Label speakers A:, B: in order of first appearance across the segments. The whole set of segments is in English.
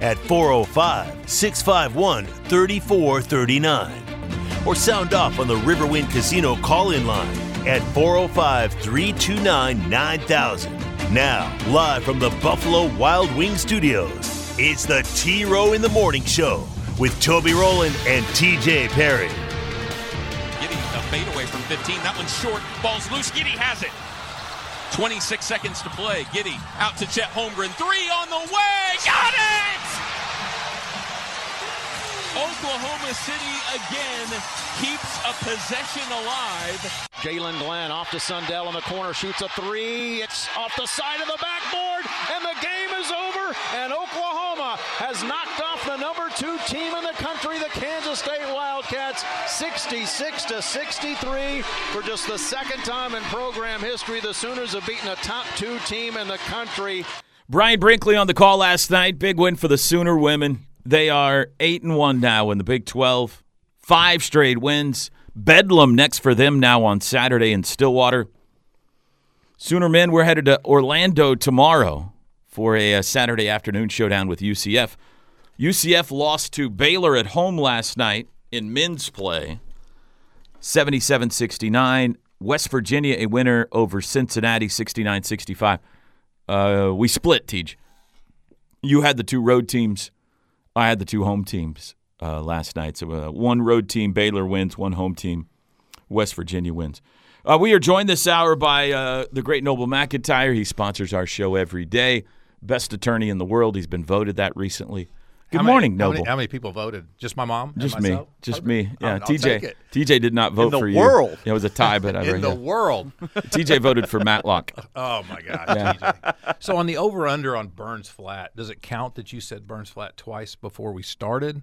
A: at 405 651 3439 or sound off on the Riverwind Casino call in line at 405 329 9000. Now, live from the Buffalo Wild Wing Studios, it's the T Row in the Morning Show with Toby Rowland and TJ Perry.
B: Giddy, a fadeaway from 15. That one's short. Ball's loose. Giddy has it. 26 seconds to play. Giddy out to Chet Holmgren. Three on the way. Got it! Oklahoma City again keeps a possession alive.
C: Jalen Glenn off to Sundell in the corner, shoots a three. It's off the side of the backboard, and the game is over. And Oklahoma has knocked off the number two team in the country, the Kansas State Wildcats, 66 to 63. For just the second time in program history, the Sooners have beaten a top two team in the country.
D: Brian Brinkley on the call last night. Big win for the Sooner women. They are eight and one now in the Big Twelve. Five straight wins. Bedlam next for them now on Saturday in Stillwater. Sooner men, we're headed to Orlando tomorrow for a, a Saturday afternoon showdown with UCF. UCF lost to Baylor at home last night in men's play, 77 69. West Virginia, a winner over Cincinnati, 69 65. Uh, we split, Tej. You had the two road teams. I had the two home teams uh, last night. So uh, one road team, Baylor wins. One home team, West Virginia wins. Uh, we are joined this hour by uh, the great Noble McIntyre. He sponsors our show every day. Best attorney in the world. He's been voted that recently. Good
E: how
D: morning,
E: many,
D: Noble.
E: How many, how many, people voted? Just my mom.
D: Just
E: me. Myself?
D: Just me. Yeah. I'll, TJ. I'll TJ did not vote
E: in the
D: for
E: world.
D: you. Yeah, it was a tie, but I
E: in the
D: it.
E: world.
D: TJ voted for Matlock.
E: Oh my gosh. Yeah. TJ. So on the over under on Burns Flat, does it count that you said Burns Flat twice before we started?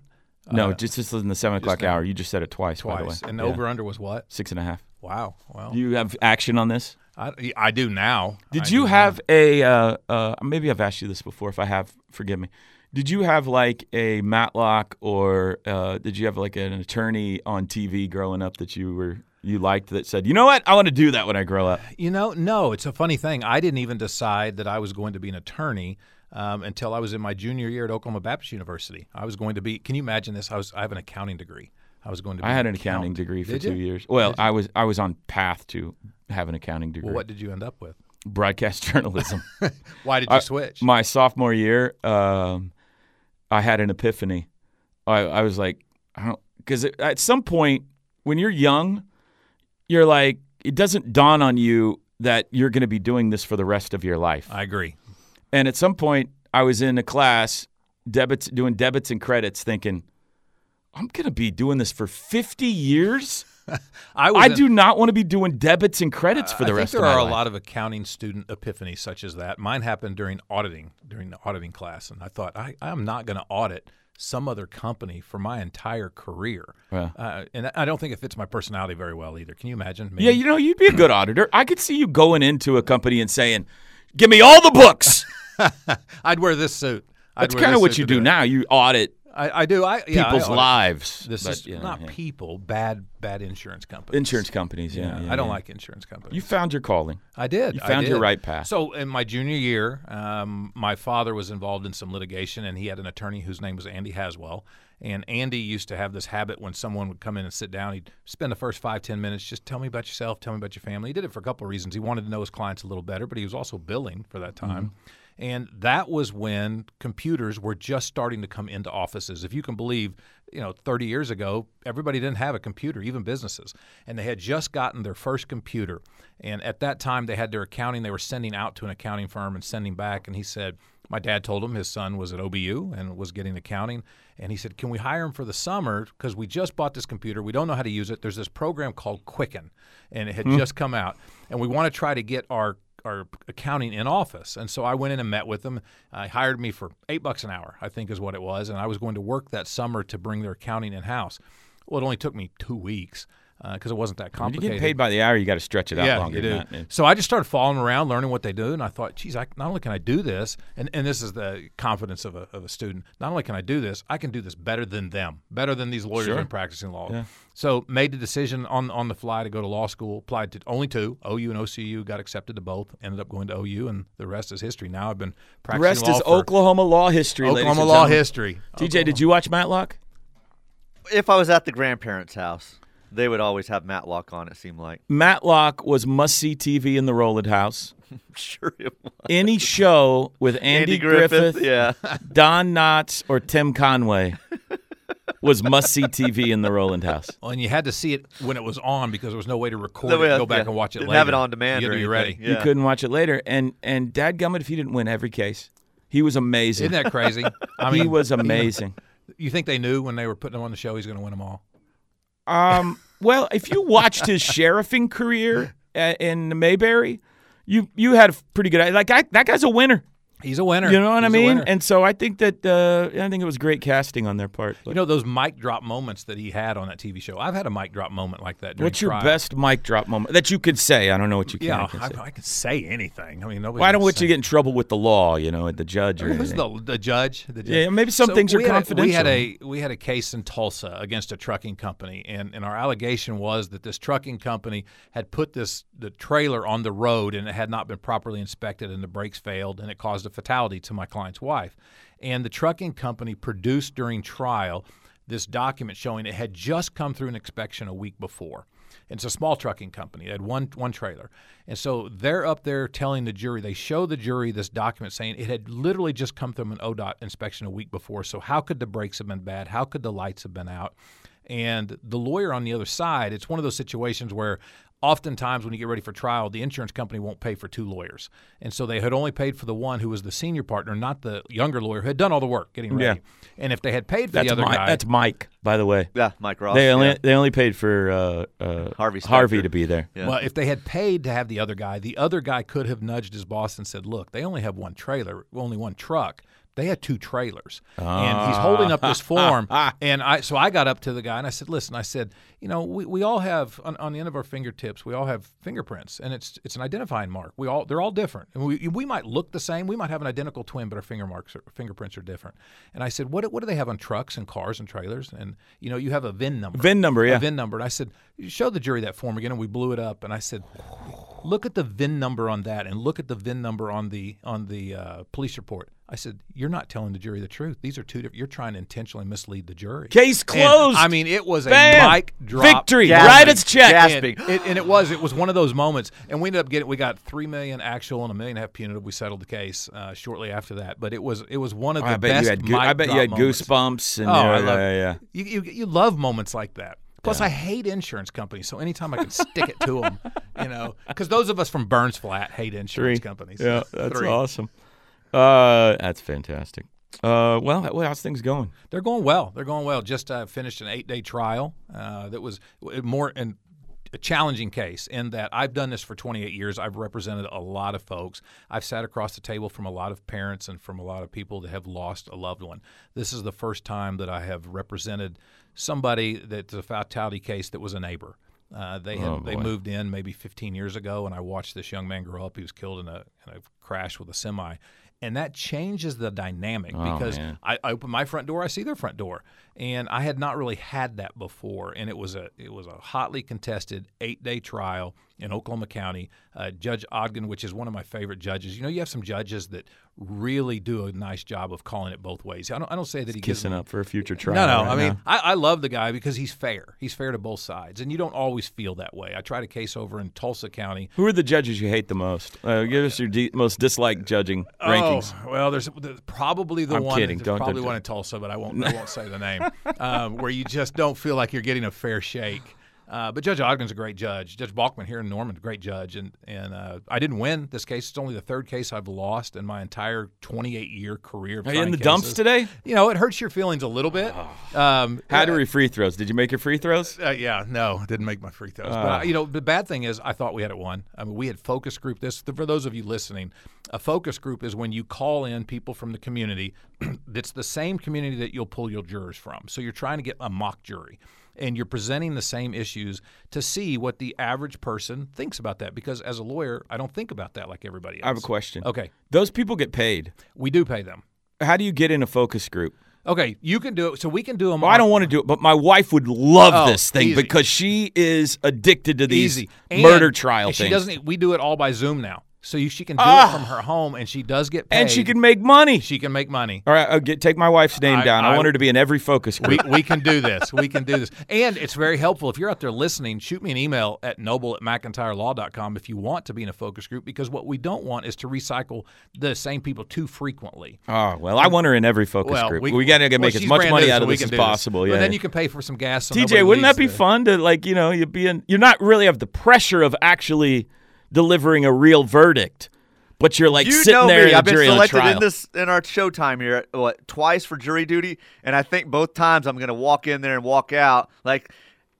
D: No, uh, just just in the seven o'clock hour. You just said it twice.
E: Twice.
D: And
E: yeah. over under was what?
D: Six and a half.
E: Wow. Well,
D: you have action on this.
E: I, I do now.
D: Did
E: I
D: you
E: do
D: have
E: now.
D: a? Uh, uh, maybe I've asked you this before. If I have, forgive me. Did you have like a Matlock or uh, did you have like an attorney on TV growing up that you were you liked that said, you know what, I want to do that when I grow up?
E: You know, no. It's a funny thing. I didn't even decide that I was going to be an attorney. Um, until I was in my junior year at Oklahoma Baptist University, I was going to be. Can you imagine this? I was. I have an accounting degree. I was going to.
D: I had an accounting
E: accountant.
D: degree for
E: Did
D: two
E: you?
D: years. Well, I was I was on path to have an accounting degree.
E: Well, what did you end up with?
D: Broadcast journalism.
E: Why did you
D: I,
E: switch?
D: My sophomore year, um, I had an epiphany. I, I was like, I don't, because at some point when you're young, you're like, it doesn't dawn on you that you're going to be doing this for the rest of your life.
E: I agree.
D: And at some point, I was in a class debits doing debits and credits, thinking, I'm going to be doing this for 50 years.
E: I,
D: I do not want to be doing debits and credits for the
E: Uh, I
D: rest
E: think
D: of
E: there
D: my
E: are
D: life.
E: a lot of accounting student epiphanies such as that. Mine happened during auditing, during the auditing class, and I thought I am not going to audit some other company for my entire career.
D: Yeah.
E: Uh, and I don't think it fits my personality very well either. Can you imagine? Me?
D: yeah, you know, you'd be a good auditor. I could see you going into a company and saying, "Give me all the books."
E: I'd wear this suit. I'd
D: That's
E: wear
D: kind
E: this
D: of what
E: suit
D: you
E: to
D: do
E: it.
D: now. You audit
E: I, I do. I yeah, I
D: people's
E: audit.
D: lives.
E: This
D: but,
E: is
D: you know,
E: not
D: yeah.
E: people. Bad, bad insurance companies.
D: insurance companies. Yeah, yeah,
E: I don't
D: yeah.
E: like insurance companies.
D: You found your calling.
E: I did.
D: You
E: I
D: found your
E: did.
D: right path.
E: So in my junior year, um, my father was involved in some litigation, and he had an attorney whose name was Andy Haswell. And Andy used to have this habit when someone would come in and sit down, he'd spend the first five ten minutes just tell me about yourself, tell me about your family. He did it for a couple of reasons. He wanted to know his clients a little better, but he was also billing for that time.
D: Mm-hmm.
E: And that was when computers were just starting to come into offices. If you can believe, you know, 30 years ago, everybody didn't have a computer, even businesses. And they had just gotten their first computer. And at that time, they had their accounting, they were sending out to an accounting firm and sending back. And he said, my dad told him his son was at OBU and was getting accounting. And he said, Can we hire him for the summer? Because we just bought this computer. We don't know how to use it. There's this program called Quicken, and it had just come out. And we want to try to get our our accounting in office. And so I went in and met with them. I hired me for eight bucks an hour, I think is what it was. And I was going to work that summer to bring their accounting in house. Well, it only took me two weeks because it wasn't that
D: When you
E: complicated.
D: get paid by the hour, you got to stretch it out
E: yeah,
D: longer
E: you do.
D: than that. man.
E: So I just started following around, learning what they do, and I thought, geez, I, not only can I do this, and, and this is the confidence of a, of a student, not only can I do this, I can do this better than them, better than these lawyers who've been practicing law. So made the decision on on the fly to go to law school, applied to only two, OU and OCU, got accepted to both, ended up going to OU, and the rest is history. Now I've been
D: The
E: practicing
D: rest
E: law
D: is
E: for
D: Oklahoma law history. ladies
E: Oklahoma
D: and
E: law
D: gentlemen.
E: history.
D: TJ, did you watch Matlock?
F: If I was at the grandparents' house, they would always have Matlock on. It seemed like
D: Matlock was must see TV in the Roland House.
F: sure it was.
D: Any show with Andy, Griffith,
F: yeah.
D: Don Knotts, or Tim Conway was must see TV in the Roland House.
E: Well, Uh, and you had to see it when it was on because there was no way to record
F: No way
E: it, and
F: else,
E: go back
F: yeah.
E: and watch it
F: Didn't
E: later.
F: have it on demand
E: You had
F: or
E: to be ready.
F: anything. Yeah.
D: You couldn't watch it later. And and Dad Gummit, if he didn't win every case, he was amazing.
E: Isn't that crazy? I
D: he was amazing.
E: You think they knew when they were putting him on the show he's going to win them all?
D: Um, well, if you watched his sheriffing career a- in Mayberry, you you had a pretty good like I, that guy's a winner.
E: He's a winner.
D: You know what I
E: He's a
D: mean?
E: winner.
D: And so I think that uh, I think it was great casting on their part.
E: you know those mic drop moments that he had on that TV show. I've had a mic drop moment like that. during
D: What's your
E: trial.
D: best mic drop moment that you could say? I don't know what you can.
E: Yeah,
D: I can
E: I,
D: say.
E: I could say anything. I mean, nobody.
D: Well, I don't
E: would
D: want you
E: say-
D: to get in trouble with the law, you know, at the judge or
E: It was
D: anything.
E: the, the judge. The judge.
D: Yeah, maybe some things are
E: we had a- we had a
D: confidential.
E: we had a case in Tulsa against a trucking company, and, and our allegation was that this trucking company had put this the trailer on the road and it had not been properly inspected, and the brakes failed, and it caused a fatality to my client's wife. And the trucking company produced during trial this document showing it had just come through an inspection a week before. And it's a small trucking company. They had one one trailer, and so they're up there telling the jury. They show the jury this document saying it had literally just come through an ODOT inspection a week before. So how could the brakes have been bad? How could the lights have been out? And the lawyer on the other side, it's one of those situations where oftentimes when you get ready for trial, the insurance company won't pay for two lawyers, and so they had only paid for the one who was the senior partner, not the younger lawyer who had done all the work getting ready. And if they had paid for
D: that's
E: the other
D: Mike,
E: guy,
D: that's Mike, by the way.
F: Yeah, Mike Ross.
D: They only
F: yeah.
D: they only paid for uh, uh,
F: Harvey Specter.
D: to be there.
F: Yeah.
E: Well, if they had paid to have the other guy, the other guy could have nudged his boss and said, "Look, they only have one trailer, only one truck. They had two trailers." And he's holding up this form,
D: Ah.
E: and I so I got up to the guy and I said, "Listen, I said, you know, we, we all have on, on the end of our fingertips, we all have fingerprints, and it's it's an identifying mark. We all they're all different. And we we might look the same, we might have an identical twin, but our finger marks are, fingerprints are different." And I said, "What what do they have on trucks and cars and trailers? And you know, you have a VIN number."
D: VIN number,
E: a
D: yeah.
E: VIN number. And I said, show the jury that form again. And we blew it up. And I said, look at the VIN number on that, and look at the VIN number on the on the uh, police report. I said, you're not telling the jury the truth. These are two different. You're trying to intentionally mislead the jury.
D: Case
E: And,
D: closed.
E: I mean, it was
D: Bam.
E: a mic drop.
D: Victory.
E: moment.
D: Write its check.
E: And,
F: Gasping.
E: it, and it was it was one of those moments, and we ended up getting we got three million actual and a million and a half punitive. We settled the case uh, shortly after that, but it was it was one of the
D: Oh, I bet
E: best.
D: you had goo-
E: mic
D: I bet you
E: drop
D: had
E: moments.
D: goosebumps and
E: Oh, I love
D: yeah, yeah.
E: You, you, you love moments like that. Plus, I hate insurance companies, so anytime I can stick it to them, you know, because those of us from Burns Flat hate insurance companies.
D: Yeah, that's
E: Three.
D: awesome. Uh, that's fantastic. Uh, well, how- how's things going?
E: They're going well. They're going well. Just uh, finished an eight-day trial uh, that was w- more and a challenging case in that I've done this for 28 years. I've represented a lot of folks. I've sat across the table from a lot of parents and from a lot of people that have lost a loved one. This is the first time that I have represented somebody that's a fatality case that was a neighbor. Uh, they had, they moved in maybe 15 years ago, and I watched this young man grow up. He was killed in a, in a crash with a semi, and that changes the dynamic
D: Oh,
E: because I, I open my front door, I see their front door, and I had not really had that before. And it was a it was a hotly contested eight day trial in Oklahoma County. Uh, Judge Ogden, which is one of my favorite judges, you know, you have some judges that really do a nice job of calling it both ways. I don't I don't say that he gives
D: Kissing up for a future trial.
E: no, no.
D: right
E: I mean,
D: now.
E: I, I love the guy because he's fair. He's fair to both sides, and you don't always feel that way. I tried a case over in Tulsa County.
D: who are the judges you hate the most? Uh, give us your de- most disliked judging rankings.
E: Oh, well, there's, there's probably the
D: I'm
E: one.
D: kidding.
E: there's
D: Don't-
E: probably
D: don't-
E: one in Tulsa, but I won't. I won't say the name. um, where you just don't feel like you're getting a fair shake. Uh, but Judge Ogden's a great judge. Judge Balkman here in Norman's a great judge. And, and uh, I didn't win this case. It's only the third case I've lost in my entire 28 year career. of
D: Are you in
E: trying
D: the dumps
E: cases.
D: today? Oh.
E: You know, it hurts your feelings a little bit. Um,
D: How do your free throws? Did you make your free throws?
E: uh, yeah, no, didn't make my free throws. but
D: Ah.
E: I, you know, the bad thing is, I thought we had it won. I mean, we had focus group. This for those of you listening, a focus group is when you call in people from the community. that's the same community that you'll pull your jurors from. So you're trying to get a mock jury, and you're presenting the same issues to see what the average person thinks about that. Because as a lawyer, I don't think about that like everybody else.
D: I have a question.
E: Okay,
D: Those people get paid.
E: we do pay them.
D: How do you get in a focus group?
E: Okay, you can do it. So we can do them.
D: Well, I don't want to do it, but my wife would love
E: Oh,
D: this thing
E: easy.
D: because she is addicted to these
E: easy
D: murder
E: And-
D: trial
E: and
D: things. Ah!
E: She doesn't. We do it all by Zoom now, so you, she can do it from her home, and she does get paid.
D: and she can make money.
E: she can make money.
D: All right, I'll get, take my wife's name
E: I-
D: down. I,
E: I-
D: want her to be in every focus
E: We,
D: group.
E: we can do this. We can do this. And it's very helpful. If you're out there listening, shoot me an email at noble at mcintyrelaw.com if you want to be in a focus group, because what we don't want is to recycle the same people too frequently.
D: oh, well, I want her in every focus
E: Well,
D: group. We,
E: we,
D: got to
E: well,
D: make as
E: she's
D: much
E: brand
D: money
E: new,
D: out
E: so
D: of
E: we
D: this
E: can
D: as
E: do this.
D: possible.
E: But
D: yeah.
E: then you can pay for some gas. So nobody
D: TJ, wouldn't that be
E: leaves the-
D: fun to like, you know, you being you're not really have the pressure of actually delivering a real verdict, but you're like
F: You
D: sitting
F: know
D: there
F: me.
D: in a
F: I've been
D: jury on
F: selected
D: trial.
F: in this in our showtime here at, what twice for jury duty, and I think both times I'm gonna walk in there and walk out like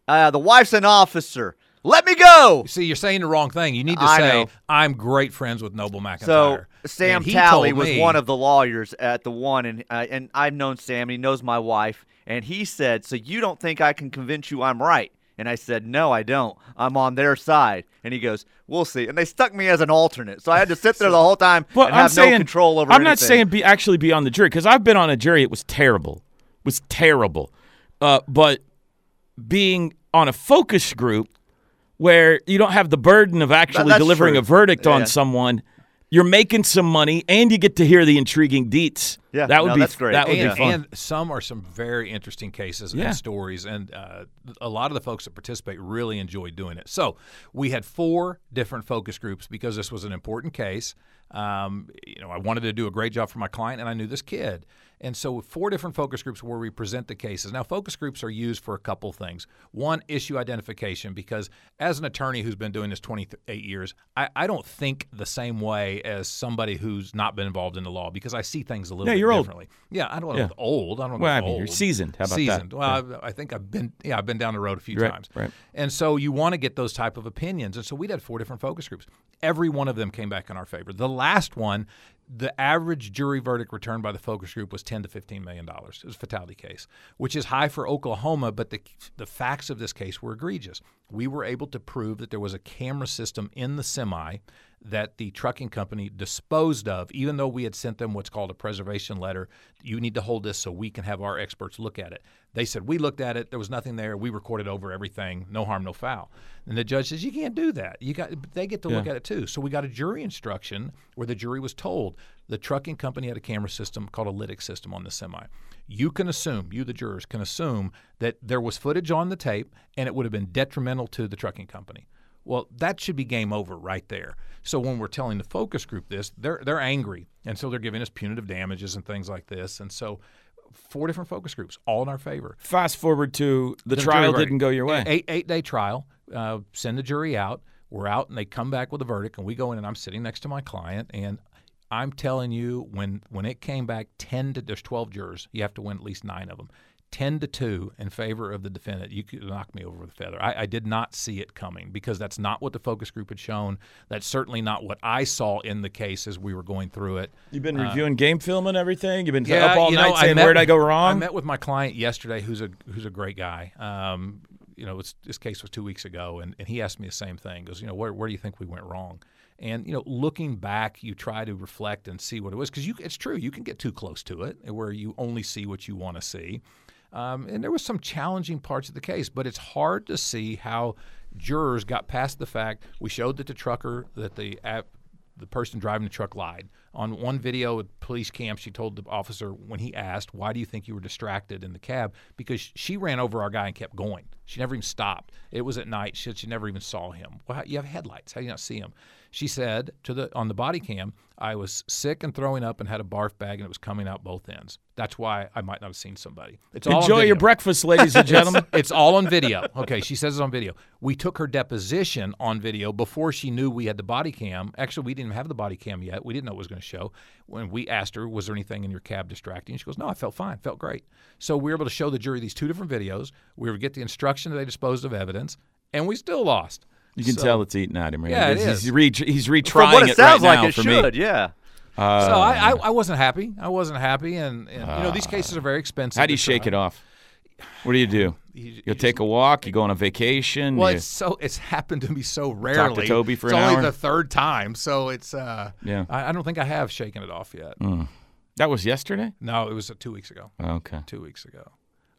F: uh, the wife's an officer. Let me go.
E: See, you're saying the wrong thing. You need to
F: I
E: say,
F: know.
E: "I'm great friends with Noble McIntyre."
F: So Sam
E: And he
F: Talley
E: told
F: was
E: me-
F: one of the lawyers at the one, and uh, and I've known Sam. He knows my wife, and he said, "So you don't think I can convince you I'm right?" And I said, "No, I don't. I'm on their side." And he goes, "We'll see." And they stuck me as an alternate, so I had to sit there the whole time
D: Well,
F: and
D: I'm
F: have
D: saying,
F: no control over.
D: I'm not
F: anything.
D: saying be actually be on the jury because I've been on a jury. It was terrible, it was terrible. Uh, but being on a focus group where you don't have the burden of actually
F: that's
D: delivering
F: true.
D: a verdict
F: Yeah.
D: on someone, you're making some money and you get to hear the intriguing deets.
F: Yeah,
D: that would
F: no,
D: be
F: that's great.
D: That would
E: and,
D: be fun.
E: and some are some very interesting cases
D: Yeah.
E: and stories, and uh, a lot of the folks that participate really enjoy doing it. So we had four different focus groups because this was an important case. Um, you know, I wanted to do a great job for my client, and I knew this kid, and so four different focus groups where we present the cases. Now, focus groups are used for a couple things. One, issue identification, because as an attorney who's been doing this 28 years, I, I don't think the same way as somebody who's not been involved in the law because I see things a little
D: Yeah,
E: bit
D: you're old.
E: differently. Yeah, I don't know
D: Yeah.
E: if old. I don't know.
D: Well,
E: if
D: I mean, you're
E: old.
D: seasoned. How about that?
E: seasoned. Well, I, I think I've been. Yeah, I've been down the road a few
D: Right,
E: times.
D: right.
E: And so you want to get those type of opinions. And so we had four different focus groups. Every one of them came back in our favor. The last one, the average jury verdict returned by the focus group was ten to fifteen million dollars. It was a fatality case, which is high for Oklahoma, but the the facts of this case were egregious. We were able to prove that there was a camera system in the semi that the trucking company disposed of, even though we had sent them what's called a preservation letter. You need to hold this so we can have our experts look at it. They said, We looked at it. There was nothing there. We recorded over everything. No harm, no foul. And the judge says, You can't do that. You got, but they get to look at it too. So we got a jury instruction where the jury was told the trucking company had a camera system called a lytic system on the semi. You can assume, you the jurors can assume that there was footage on the tape and it would have been detrimental to the trucking company. Well, that should be game over right there. So when we're telling the focus group this, they're they're angry, and so they're giving us punitive damages and things like this. And so, four different focus groups, all in our favor.
D: Fast forward to the,
E: The
D: trial
E: jury verdict.
D: didn't go your way.
E: Eight eight day trial. Uh, send the jury out. We're out, and they come back with a verdict, and we go in, and I'm sitting next to my client, and I'm telling you, when when it came back, ten to there's twelve jurors. You have to win at least nine of them. Ten to two in favor of the defendant. You could knock me over with a feather. I, I did not see it coming because that's not what the focus group had shown. That's certainly not what I saw in the case as we were going through it.
D: You've been reviewing game film and everything. You've been
E: Yeah,
D: up all
E: you
D: night
E: know, I
D: saying
E: met
D: where'd I
E: with-
D: go
E: I
D: wrong.
E: met with my client yesterday, who's a who's a great guy. Um, you know, it's, this case was two weeks ago, and, and he asked me the same thing. He goes, you know, where where do you think we went wrong? And you know, looking back, you try to reflect and see what it was because you it's true you can get too close to it where you only see what you want to see. Um, and there was some challenging parts of the case, but it's hard to see how jurors got past the fact we showed that the trucker that the app the person driving the truck lied On one video at police camp, she told the officer when he asked, Why do you think you were distracted in the cab? Because sh- she ran over our guy and kept going. She never even stopped. It was at night. She, said she never even saw him. Well, how- you have headlights. How do you not see him? She said to the on the body cam, I was sick and throwing up and had a barf bag and it was coming out both ends. That's why I might not have seen somebody. It's all on
D: Enjoy your
E: video.
D: breakfast, ladies and gentlemen.
E: It's all on video. Okay, she says it's on video. We took her deposition on video before she knew we had the body cam. Actually, we didn't even have the body cam yet. We didn't know it was going to show. When we asked her, "Was there anything in your cab distracting?" She goes, "No, I felt fine. Felt great." So we were able to show the jury these two different videos. We were get the instruction that they disposed of evidence, and we still lost.
D: You can tell it's eating at him. Right?
E: Yeah, it
D: he's,
E: is.
D: He's, re- he's retrying
F: From what it,
D: right
F: sounds
D: now
F: like, it
D: for
F: should.
D: me.
F: Yeah.
E: so I, I,
D: Uh.
E: I wasn't happy. I wasn't happy, and, and you know these cases are very expensive.
D: Ah.
E: uh,
D: How do
E: to
D: you shake
E: try.
D: it off? What do you do?
E: You-
D: You,
E: you
D: take a walk. You go on a vacation.
E: Well,
D: you-
E: it's so it's happened to me so rarely.
D: Toby for
E: it's
D: an
E: only
D: hour?
E: the third time, so it's uh,
D: Yeah. Mm.
E: I, I don't think I have shaken it off yet.
D: that was yesterday.
E: No, it was uh, two weeks ago.
D: Okay.
E: Two weeks ago.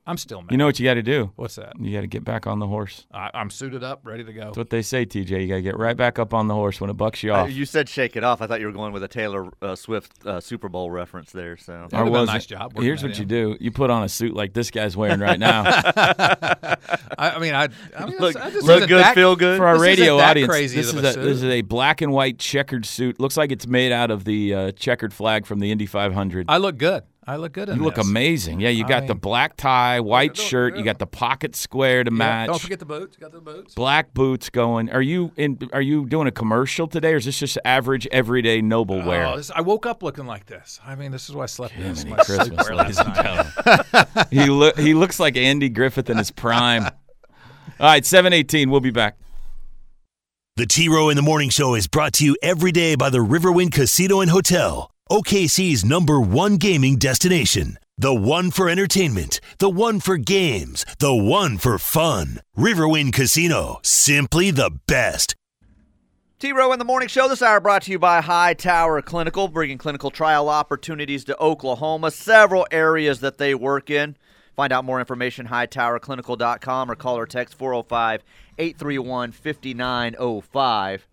E: I'm still mad.
D: You know what you got to do.
E: What's that?
D: You got to get back on the horse.
E: I, I'm suited up, ready to go.
D: That's what they say, TJ. You got to get right back up on the horse when it bucks you
F: Uh,
D: off.
F: You said shake it off. I thought you were going with a Taylor uh, Swift uh, Super Bowl reference there. So
E: That would've been a
D: was
E: nice
D: it?
E: job. working
D: Here's
E: that
D: what you
E: in.
D: do: you put on a suit like this guy's wearing right now.
E: I, I mean, I, I mean,
F: look,
E: I just
F: look
E: isn't
F: good,
E: that-
F: feel good.
D: For our
E: This isn't
D: radio
E: that
D: audience,
E: crazy
D: this
E: of
D: is
E: a
D: a, this is
E: suit.
D: a black and white checkered suit. Looks like it's made out of the uh, checkered flag from the Indy 500.
E: I look good. I look good. In
D: you look
E: this.
D: amazing. Yeah, you got the black tie, white shirt. You got the pocket square to
E: Yeah,
D: match.
E: Don't forget the boots. You got the boots.
D: black boots going. Are you in? Are you doing a commercial today, or is this just average everyday noble wear?
E: Oh, this, I woke up looking like this. I mean, this is why I slept. in. This is
D: Merry
E: my
D: Christmas,
E: sleepwear
D: ladies
E: last
D: and
E: night.
D: gentlemen. he loo- he looks like Andy Griffith in his prime. All right, seven eighteen. We'll be back.
A: The T Row in the Morning Show is brought to you every day by the Riverwind Casino and Hotel, OKC's number one gaming destination. The one for entertainment, the one for games, the one for fun. Riverwind Casino, simply the best.
F: T Row in the Morning Show this hour brought to you by High Tower Clinical, bringing clinical trial opportunities to Oklahoma, several areas that they work in. Find out more information, hightowerclinical.com, or call or text 405 831 5905.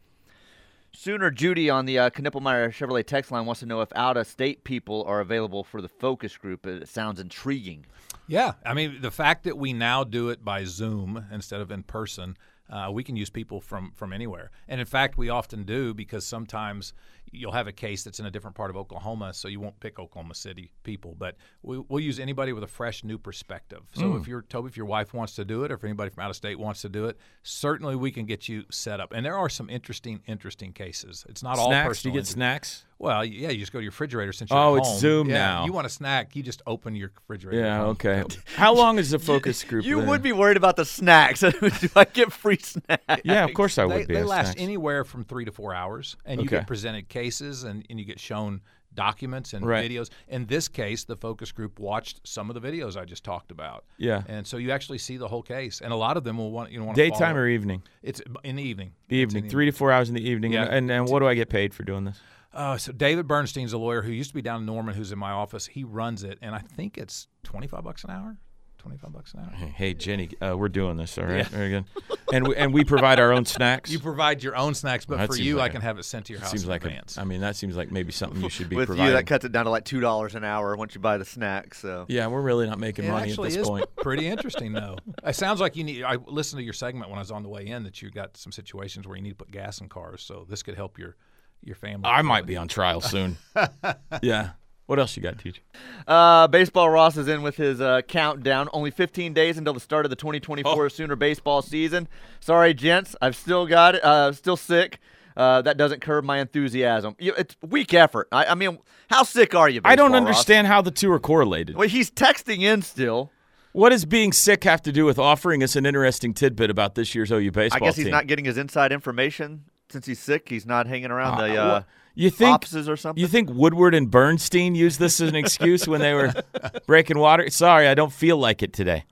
F: Sooner Judy on the uh, Knippelmeyer Chevrolet text line wants to know if out of state people are available for the focus group. It sounds intriguing.
E: Yeah, I mean the fact that we now do it by Zoom instead of in person, uh, we can use people from from anywhere, and in fact we often do because sometimes you'll have a case that's in a different part of Oklahoma, so you won't pick Oklahoma City people, but we, we'll use anybody with a fresh new perspective. So
D: Hmm.
E: if you're Toby, if your wife wants to do it, or if anybody from out of state wants to do it, certainly we can get you set up. And there are some interesting interesting cases. It's not all
D: snacks? Do
E: personal
D: you get
E: injury.
D: snacks?
E: Well, yeah, you just go to your refrigerator since you're
D: Oh,
E: at
D: it's
E: home.
D: Zoom
E: Yeah,
D: now.
E: You want a snack? You just open your refrigerator. at
D: Yeah.
E: home.
D: Okay. How long is the focus group?
F: You
D: then?
F: would be worried about the snacks. do I get free snacks?
D: Yeah, of course I would be.
E: they, they
D: That's
E: last
D: nice.
E: anywhere from three to four hours, and you
D: Okay.
E: get presented cases and, and you get shown documents and
D: Right.
E: videos. In this case, the focus group watched some of the videos I just talked about.
D: Yeah.
E: and so you actually see the whole case, and a lot of them will want you know want to
D: Daytime
E: follow.
D: or evening?
E: it's in the evening.
D: The evening, three to four hours in the evening.
E: Yeah.
D: And, and and what do I get paid for doing this?
E: Uh, so David Bernstein's a lawyer who used to be down in Norman, who's in my office. He runs it, and I think it's twenty five bucks an hour. Twenty five bucks an hour.
D: Hey Jenny, uh, we're doing this. All right, very good. And we, and we provide our own snacks.
E: You provide your own snacks, but
D: That
E: for
D: seems
E: you,
D: like
E: I
D: a-
E: can have it sent to your house
D: seems
E: in
D: like a,
E: advance.
D: I mean that seems like maybe something you should be
F: with
D: providing.
F: you that cuts it down to like two dollars an hour once you buy the snack so
D: yeah, we're really not making
E: It
D: money at
E: actually
D: this
E: is
D: point.
E: pretty interesting, though. It sounds like you need. I listened to your segment when I was on the way in that you got some situations where you need to put gas in cars, so this could help your your family.
D: I might be on trial soon. yeah. What else you got, teacher?
F: uh, baseball ross is in with his uh, countdown only 15 days until the start of the 2024 sooner baseball season sorry gents i've still got it uh, still sick uh, that doesn't curb my enthusiasm you, it's weak effort I, I mean how sick are you
D: I don't
F: Baseball Ross?
D: understand how the two are correlated.
F: well he's texting in still
D: What does being sick have to do with offering us an interesting tidbit about this year's OU baseball
F: i guess
D: team?
F: he's not getting his inside information since he's sick he's not hanging around
D: Uh,
F: the
D: wha-
F: uh,
D: you think
F: offices or something
D: You think Woodward and Bernstein used this as an excuse when they were breaking water? Sorry, I don't feel like it today.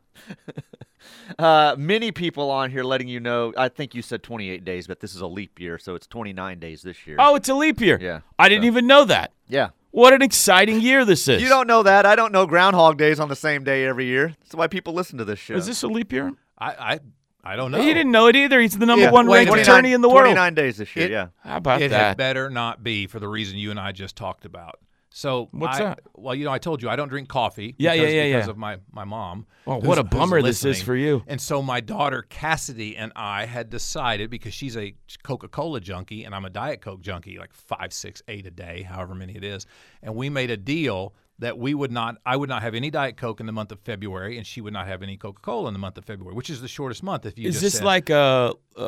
F: Uh, many people on here letting you know. I think you said 28 days, but this is a leap year, so it's 29 days this year.
D: Oh, it's a leap year.
F: Yeah.
D: I didn't even know that.
F: yeah.
D: What an exciting year this is.
F: You don't know that. I don't know Groundhog Days on the same day every year. That's why people listen to this show.
D: Is this a leap year?
E: I, I I don't know.
D: He didn't know it either. He's the number
E: Oh. Yeah,
D: one
E: wait a
D: ranked
E: minute.
D: attorney in the world.
F: 29 days this year,
E: It-
F: yeah.
D: How about
E: it
D: that?
E: had better not be for the reason you and I just talked about. So
D: What's
E: I,
D: that?
E: Well, you know, I told you I don't drink coffee.
D: Yeah, yeah,
E: because,
D: yeah,
E: Because
D: yeah.
E: of my my mom.
D: Oh,
E: who's-
D: what a
E: who's
D: bummer this is
E: listening.
D: for you.
E: And so my daughter Cassidy and I had decided because she's a Coca Cola junkie and I'm a Diet Coke junkie, like five, six, eight a day, however many it is, and we made a deal that we would not I would not have any Diet Coke in the month of February and she would not have any Coca Cola in the month of February, which is the shortest month. If you
D: Is
E: just
D: this
E: said-
D: like a, a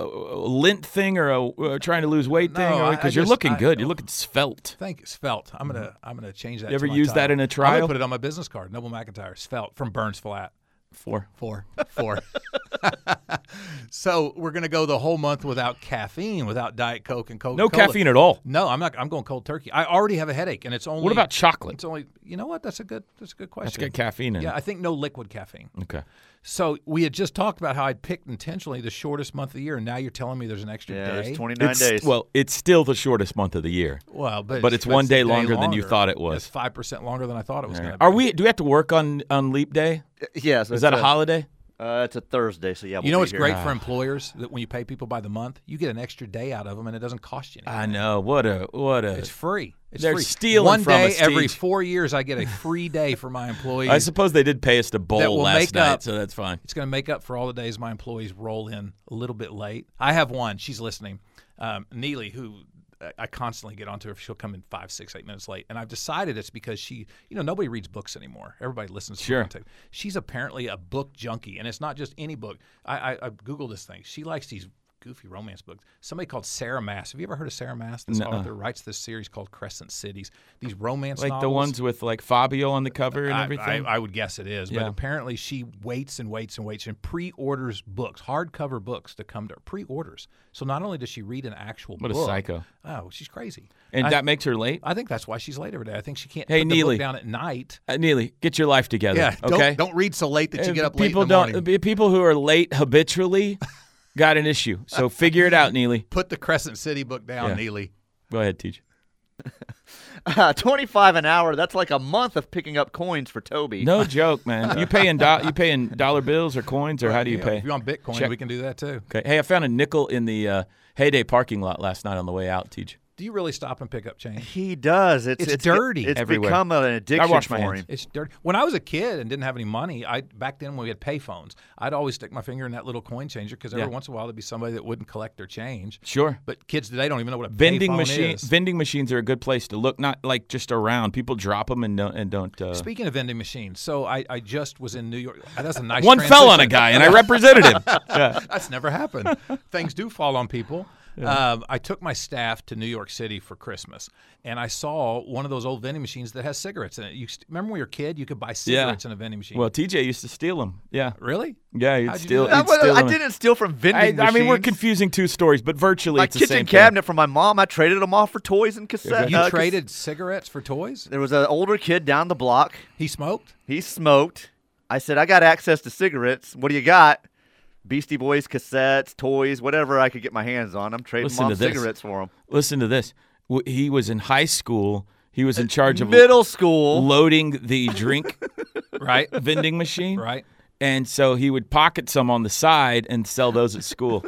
D: lint thing or a uh, trying to lose weight
E: No, I-
D: thing?
E: I
D: Because you're
E: just-
D: looking
E: I-
D: good. You're looking svelte.
E: Thank you, Svelte. I'm gonna I'm gonna change that.
D: Mm-hmm. You ever
E: to my
D: use that
E: title.
D: in a
E: I'm
D: trial?
E: gonna put it on my business card. Noble McIntyre, Svelte from Burns Flat.
D: Four.
E: Four, four. so we're gonna go the whole month without caffeine, without Diet Coke and Coke.
D: No caffeine at all.
E: No, I'm not. I'm going cold turkey. I already have a headache, and it's only.
D: What about chocolate?
E: It's only. You know what? That's a good. That's a good question.
D: It's got caffeine in
E: Yeah,
D: it.
E: I think no liquid caffeine.
D: Okay.
E: So we had just talked about how I picked intentionally the shortest month of the year, and now you're telling me there's an extra
F: Yeah,
E: day.
F: there's 29 days.
D: Well, it's still the shortest month of the year.
E: Well, but,
D: But it's one
E: a
D: day longer than you thought it was.
E: It's five percent longer than I thought it was going to be.
D: Are we? Do we have to work on on leap day?
F: yeah, so
D: Is that
F: it's
D: a holiday?
F: Uh, it's a Thursday, so yeah.
E: You
F: we'll
E: know
F: be
E: what's
F: here.
E: great for employers that when you pay people by the month, you get an extra day out of them, and it doesn't cost you anything.
D: I know. What a what a.
E: Ah, It's free. It's
D: They're
E: free.
D: stealing
E: One
D: from
E: day
D: us,
E: every
D: Teach.
E: four years, I get a free day for my employees.
D: I suppose they did pay us to bowl
E: will
D: last
E: make
D: night,
E: up-
D: so that's fine.
E: it's going to make up for all the days my employees roll in a little bit late. I have one. She's listening. Um, Neely, who uh, I- I constantly get onto her. She'll come in five, six, eight minutes late. And I've decided it's because she, you know, nobody reads books anymore. Everybody listens to
D: Sure.
E: book tape. She's apparently a book junkie. And it's not just any book. I, I, I Googled this thing. She likes these goofy romance books. Somebody called Sarah Mass. Have you ever heard of Sarah Mass? This author writes this series called Crescent Cities. These romance
D: Like the
E: novels.
D: ones with like Fabio on the cover and
E: I-
D: everything.
E: I, I, would guess it is,
D: Yeah.
E: but apparently she waits and waits and waits and pre-orders books, hardcover books to come to her. Pre-orders. So not only does she read an actual
D: What a
E: book,
D: psycho.
E: Oh, she's crazy.
D: and
E: I,
D: that makes her late.
E: I think that's why she's late every day. I think she can't
D: Hey,
E: put
D: Neely.
E: the book down at night.
D: Uh, Neely, get your life together.
E: Yeah, don't,
D: okay.
E: don't read so late that you
D: Uh,
E: get up
D: people
E: late in the
D: don't.
E: morning.
D: uh, People who are late habitually got an issue. So figure it out, Neely.
E: Put the Crescent City book down,
D: Yeah.
E: Neely.
D: Go ahead, teach.
F: Uh, 25 an hour. That's like a month of picking up coins for Toby.
D: No joke, man. You paying do- you paying dollar bills or coins or how do you
E: Yeah,
D: pay?
E: If you're on Bitcoin,
D: Check.
E: we can do that too.
D: Okay. Hey, I found a nickel in the uh, Heyday parking lot last night on the way out, teach.
E: Do you really stop and pick up change?
F: He does. It's,
E: It's dirty
F: It's
D: everywhere.
F: become an addiction
D: wash my
F: for
D: hands.
F: him.
E: It's dirty. When I was a kid and didn't have any money, I back then when we had payphones, I'd always stick my finger in that little coin changer because every
D: Yeah.
E: once in a while there'd be somebody that wouldn't collect their change.
D: Sure.
E: But kids today don't even know what a
D: Vending
E: payphone
D: machine,
E: is.
D: vending machines are a good place to look. Not like just around. People drop them and don't. And don't uh,
E: Speaking of vending machines, so I, I just was in New York. That's a nice
D: one fell on a
E: transition.
D: guy, and I represented him. Yeah.
E: That's never happened. Things do fall on people. Um, I took my staff to New York City for Christmas, and I saw one of those old vending machines that has cigarettes in it. You st- remember when you were a kid, you could buy cigarettes in a vending machine.
D: Well, TJ used to steal them. Yeah.
E: really?
D: Yeah, you'd
E: How'd you
D: steal,
E: do
F: I,
D: you'd steal
F: I
D: 'em.
F: didn't steal from
D: I,
F: vending
D: I mean, we're
F: machines.
D: confusing two stories, but virtually
F: My
D: it's the
F: kitchen
D: same thing.
F: cabinet from my mom. I traded them off for toys and cassettes. Uh,
E: You traded cigarettes for toys?
F: There was an older kid down the block.
E: He smoked.
F: He smoked. I said, I got access to cigarettes. What do you got? Beastie Boys cassettes, toys, whatever I could get my hands on. I'm trading
D: Listen to
F: mom
D: this.
F: cigarettes for him.
D: Listen to this. W- He was in high school. He was in charge of
F: Middle school.
D: loading the drink
E: Right.
D: vending machine.
E: Right.
D: And so he would pocket some on the side and sell those at school.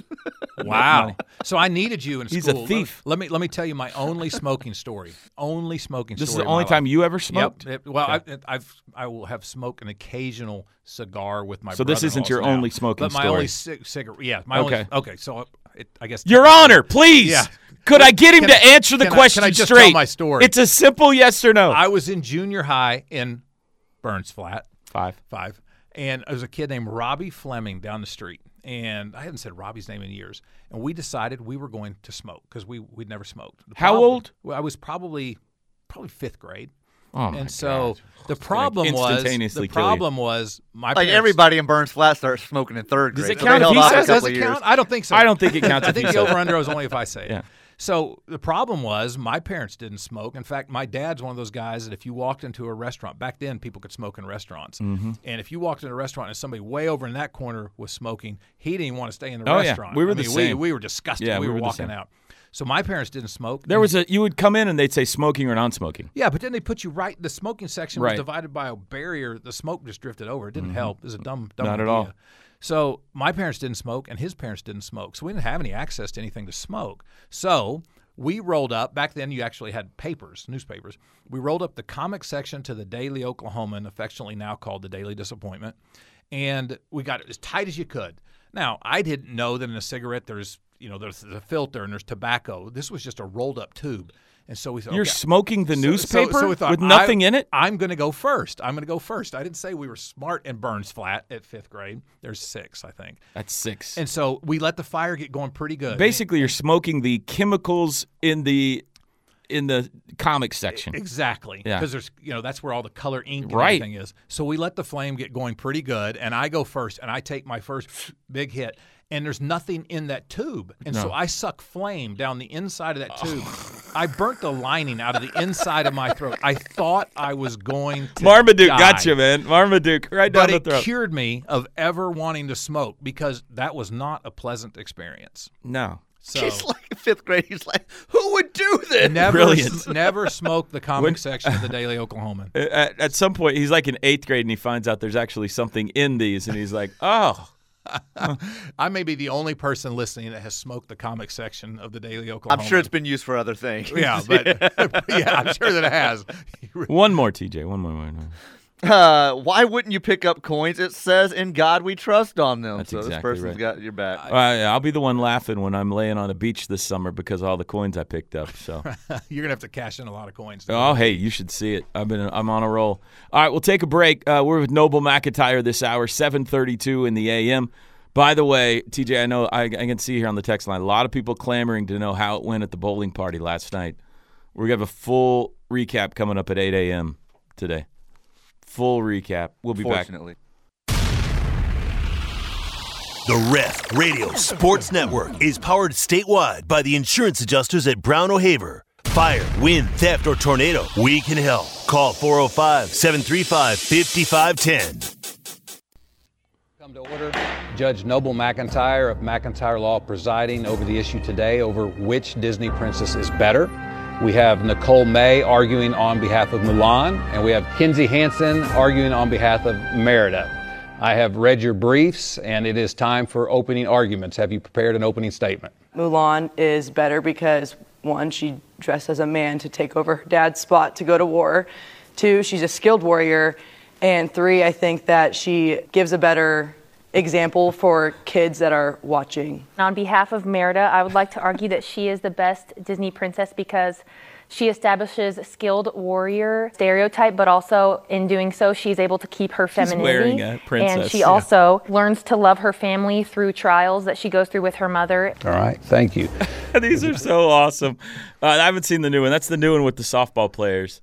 E: Wow. So I needed you in
D: He's a
E: school. Let-
D: thief.
E: Let, me let me tell you my only smoking story. Only smoking
D: This is the
E: story. of my
D: only time
E: life.
D: you ever smoked.
E: Yep. It- well, I, I've I will have smoked an occasional cigar with my.
D: So this isn't your
E: brother-in-laws
D: only
E: now.
D: smoking
E: But my
D: story.
E: only cig- cigarette. Yeah. My
D: Okay.
E: Only, okay. So it, I guess
D: Your Honor, please.
E: Yeah.
D: Could I get him
E: Can
D: to
E: I-
D: answer the
E: can I- can I
D: question
E: just tell
D: straight?
E: my story?
D: It's a simple yes or no.
E: I was in junior high in Burns Flat.
D: Five.
E: Five. And there was a kid named Robbie Fleming down the street. And I hadn't said Robbie's name in years. And we decided we were going to smoke because we, we'd never smoked. The
D: How
E: problem-
D: old?
E: Well, I was probably probably fifth grade.
D: Oh my
E: and so
D: God.
E: the problem was
D: instantaneously
E: the
D: kill you.
E: problem was my
F: Like
E: parents-
F: everybody in Burns Flat starts smoking in third grade.
D: Does it
F: so
D: count
F: they
D: if
F: held
D: he
F: off
D: says-
F: a
E: Does
F: couple
E: it
F: years.
E: count? I don't think so.
D: I don't think it counts
E: I
D: if
E: think
D: you
E: the
D: said
E: over under was only if I say it.
D: Yeah.
E: So the problem was my parents didn't smoke. In fact, my dad's one of those guys that if you walked into a restaurant back then, people could smoke in restaurants,
D: Mm-hmm.
E: and if you walked into a restaurant and somebody way over in that corner was smoking, he didn't want to stay in the
D: Oh, yeah.
E: restaurant.
D: We were
E: I
D: the
E: mean,
D: same.
E: We, we were disgusted.
D: Yeah, we
E: we, were,
D: were the
E: walking
D: same.
E: out. So my parents didn't smoke.
D: There was a you would come in and they'd say smoking or non-smoking.
E: Yeah, but then they put you right. The smoking section
D: Right. Mm-hmm.
E: was divided by a barrier. The smoke just drifted over. It didn't help. It was a dumb, dumb
D: Not at
E: idea.
D: all.
E: So my parents didn't smoke, and his parents didn't smoke. So we didn't have any access to anything to smoke. So we rolled up. Back then, you actually had papers, newspapers. We rolled up the comic section to the Daily Oklahoman, affectionately now called the Daily Disappointment, and we got it as tight as you could. Now I didn't know that in a cigarette there's you know there's a filter and there's tobacco. This was just a rolled up tube. And so we thought
D: You're
E: okay,
D: smoking the
E: so- so-
D: newspaper
E: so we thought,
D: with nothing
E: I-
D: in it.
E: I'm going to go first. I'm going to go first. I didn't say we were smart and Burns flat at fifth grade. There's six, I think.
D: That's six.
E: And so we let the fire get going pretty good.
D: Basically, you're smoking the chemicals in the in the comic section.
E: Exactly.
D: Yeah.
E: Because there's, you know, that's where all the color ink and
D: Right.
E: everything is. So we let the flame get going pretty good, and I go first, and I take my first big hit, and there's nothing in that tube, and so I suck flame down the inside of that tube. I burnt the lining out of the inside of my throat. I thought I was going to
D: Marmaduke
E: die.
D: got you, man. Marmaduke right down
E: But
D: the
E: it
D: throat.
E: cured me of ever wanting to smoke because that was not a pleasant experience.
D: no.
E: So
F: It's like in fifth grade. He's like, who would do this?
E: never,
D: Brilliant.
E: never smoke the comic section of the Daily Oklahoman.
D: At, at some point, he's like in eighth grade and he finds out there's actually something in these, and he's like, "Oh,
E: I may be the only person listening that has smoked the comic section of the Daily Oklahoman.
F: I'm sure it's been used for other things.
E: yeah, but yeah, I'm sure that it has.
D: one more, TJ. One more. One more.
F: Uh, why wouldn't you pick up coins? It says, "In God we trust" on them.
D: That's
F: so this
D: exactly
F: person's
D: right.
F: got your back.
D: Uh, yeah, I'll be the one laughing when I'm laying on a beach this summer because of all the coins I picked up. So,
E: You're gonna have to cash in a lot of coins.
D: oh hey, you should see it. I've been I'm on a roll. All right, we'll take a break. Uh, we're with Noble McIntyre this hour, 7:32 in the a.m. By the way, TJ, I know I, I can see here on the text line a lot of people clamoring to know how it went at the bowling party last night. We're gonna have a full recap coming up at 8 a.m. today. Full recap. We'll be back.
F: Fortunately,
A: The Ref Radio Sports Network is powered statewide by the insurance adjusters at Brown O'Haver. Fire, wind, theft, or tornado, we can help. Call 405 735 5510.
E: Come to order. Judge Noble McIntyre of McIntyre Law presiding over the issue today over which Disney princess is better. We have Nicole May arguing on behalf of Mulan, and we have Kinsey Hansen arguing on behalf of Merida. I have read your briefs, and it is time for opening arguments. Have you prepared an opening statement?
G: Mulan is better because one, she dressed as a man to take over her dad's spot to go to war. Two, she's a skilled warrior. And three, I think that she gives a better example for kids that are watching.
H: On behalf of Merida, I would like to argue that she is the best Disney princess because she establishes skilled warrior stereotype, but also in doing so, she's able to keep her femininity.
D: wearing a princess,
H: And she
D: yeah.
H: also learns to love her family through trials that she goes through with her mother.
E: All right, thank you.
D: These are so awesome. Uh, I haven't seen the new one. That's the new one with the softball players.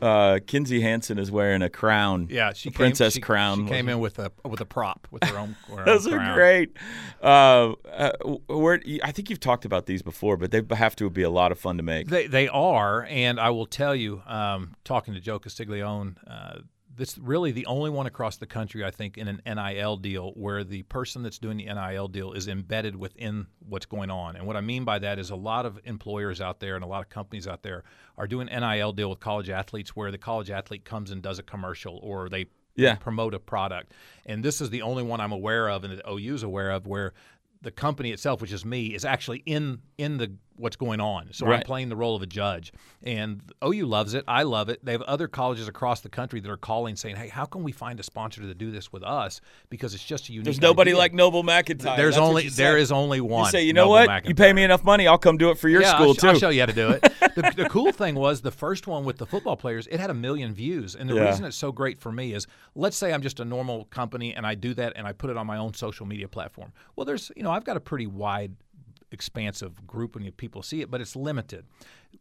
D: Uh, Kinsey Hansen is wearing a crown.
E: Yeah, she
D: a princess
E: came, she-
D: crown.
E: She came in with a with a prop with her own. her own
D: Those are
E: crown.
D: great. Uh, uh, where, I think you've talked about these before, but they have to be a lot of fun to make.
E: They they are, and I will tell you, um, talking to Joe Castiglione, uh, that's really the only one across the country I think in an NIL deal where the person that's doing the NIL deal is embedded within what's going on. And what I mean by that is a lot of employers out there and a lot of companies out there are doing NIL deal with college athletes where the college athlete comes and does a commercial or they
D: Yeah.
E: promote a product. And this is the only one I'm aware of, and that OU is aware of, where the company itself, which is me, is actually in in the what's going on. So I'm
D: Right.
E: playing the role of a judge, and OU loves it. I love it. They have other colleges across the country that are calling, saying, "Hey, how can we find a sponsor to do this with us? Because it's just a unique."
D: There's nobody
E: idea."
D: like Noble McIntyre.
E: There's
D: That's what
E: only
D: you
E: there
D: said.
E: is only one.
D: You say, you know
E: Noble
D: what? You pay
E: McIntyre."
D: me enough money, I'll come do it for your
E: yeah,
D: school
E: I'll, sh- I'll
D: too.
E: show you how to do it. the, the cool thing was the first one with the football players. It had a million views, and the
D: Yeah.
E: reason it's so great for me is, let's say I'm just a normal company and I do that and I put it on my own social media platform. Well, there's you know I've got a pretty wide, expansive group and people see it, but it's limited.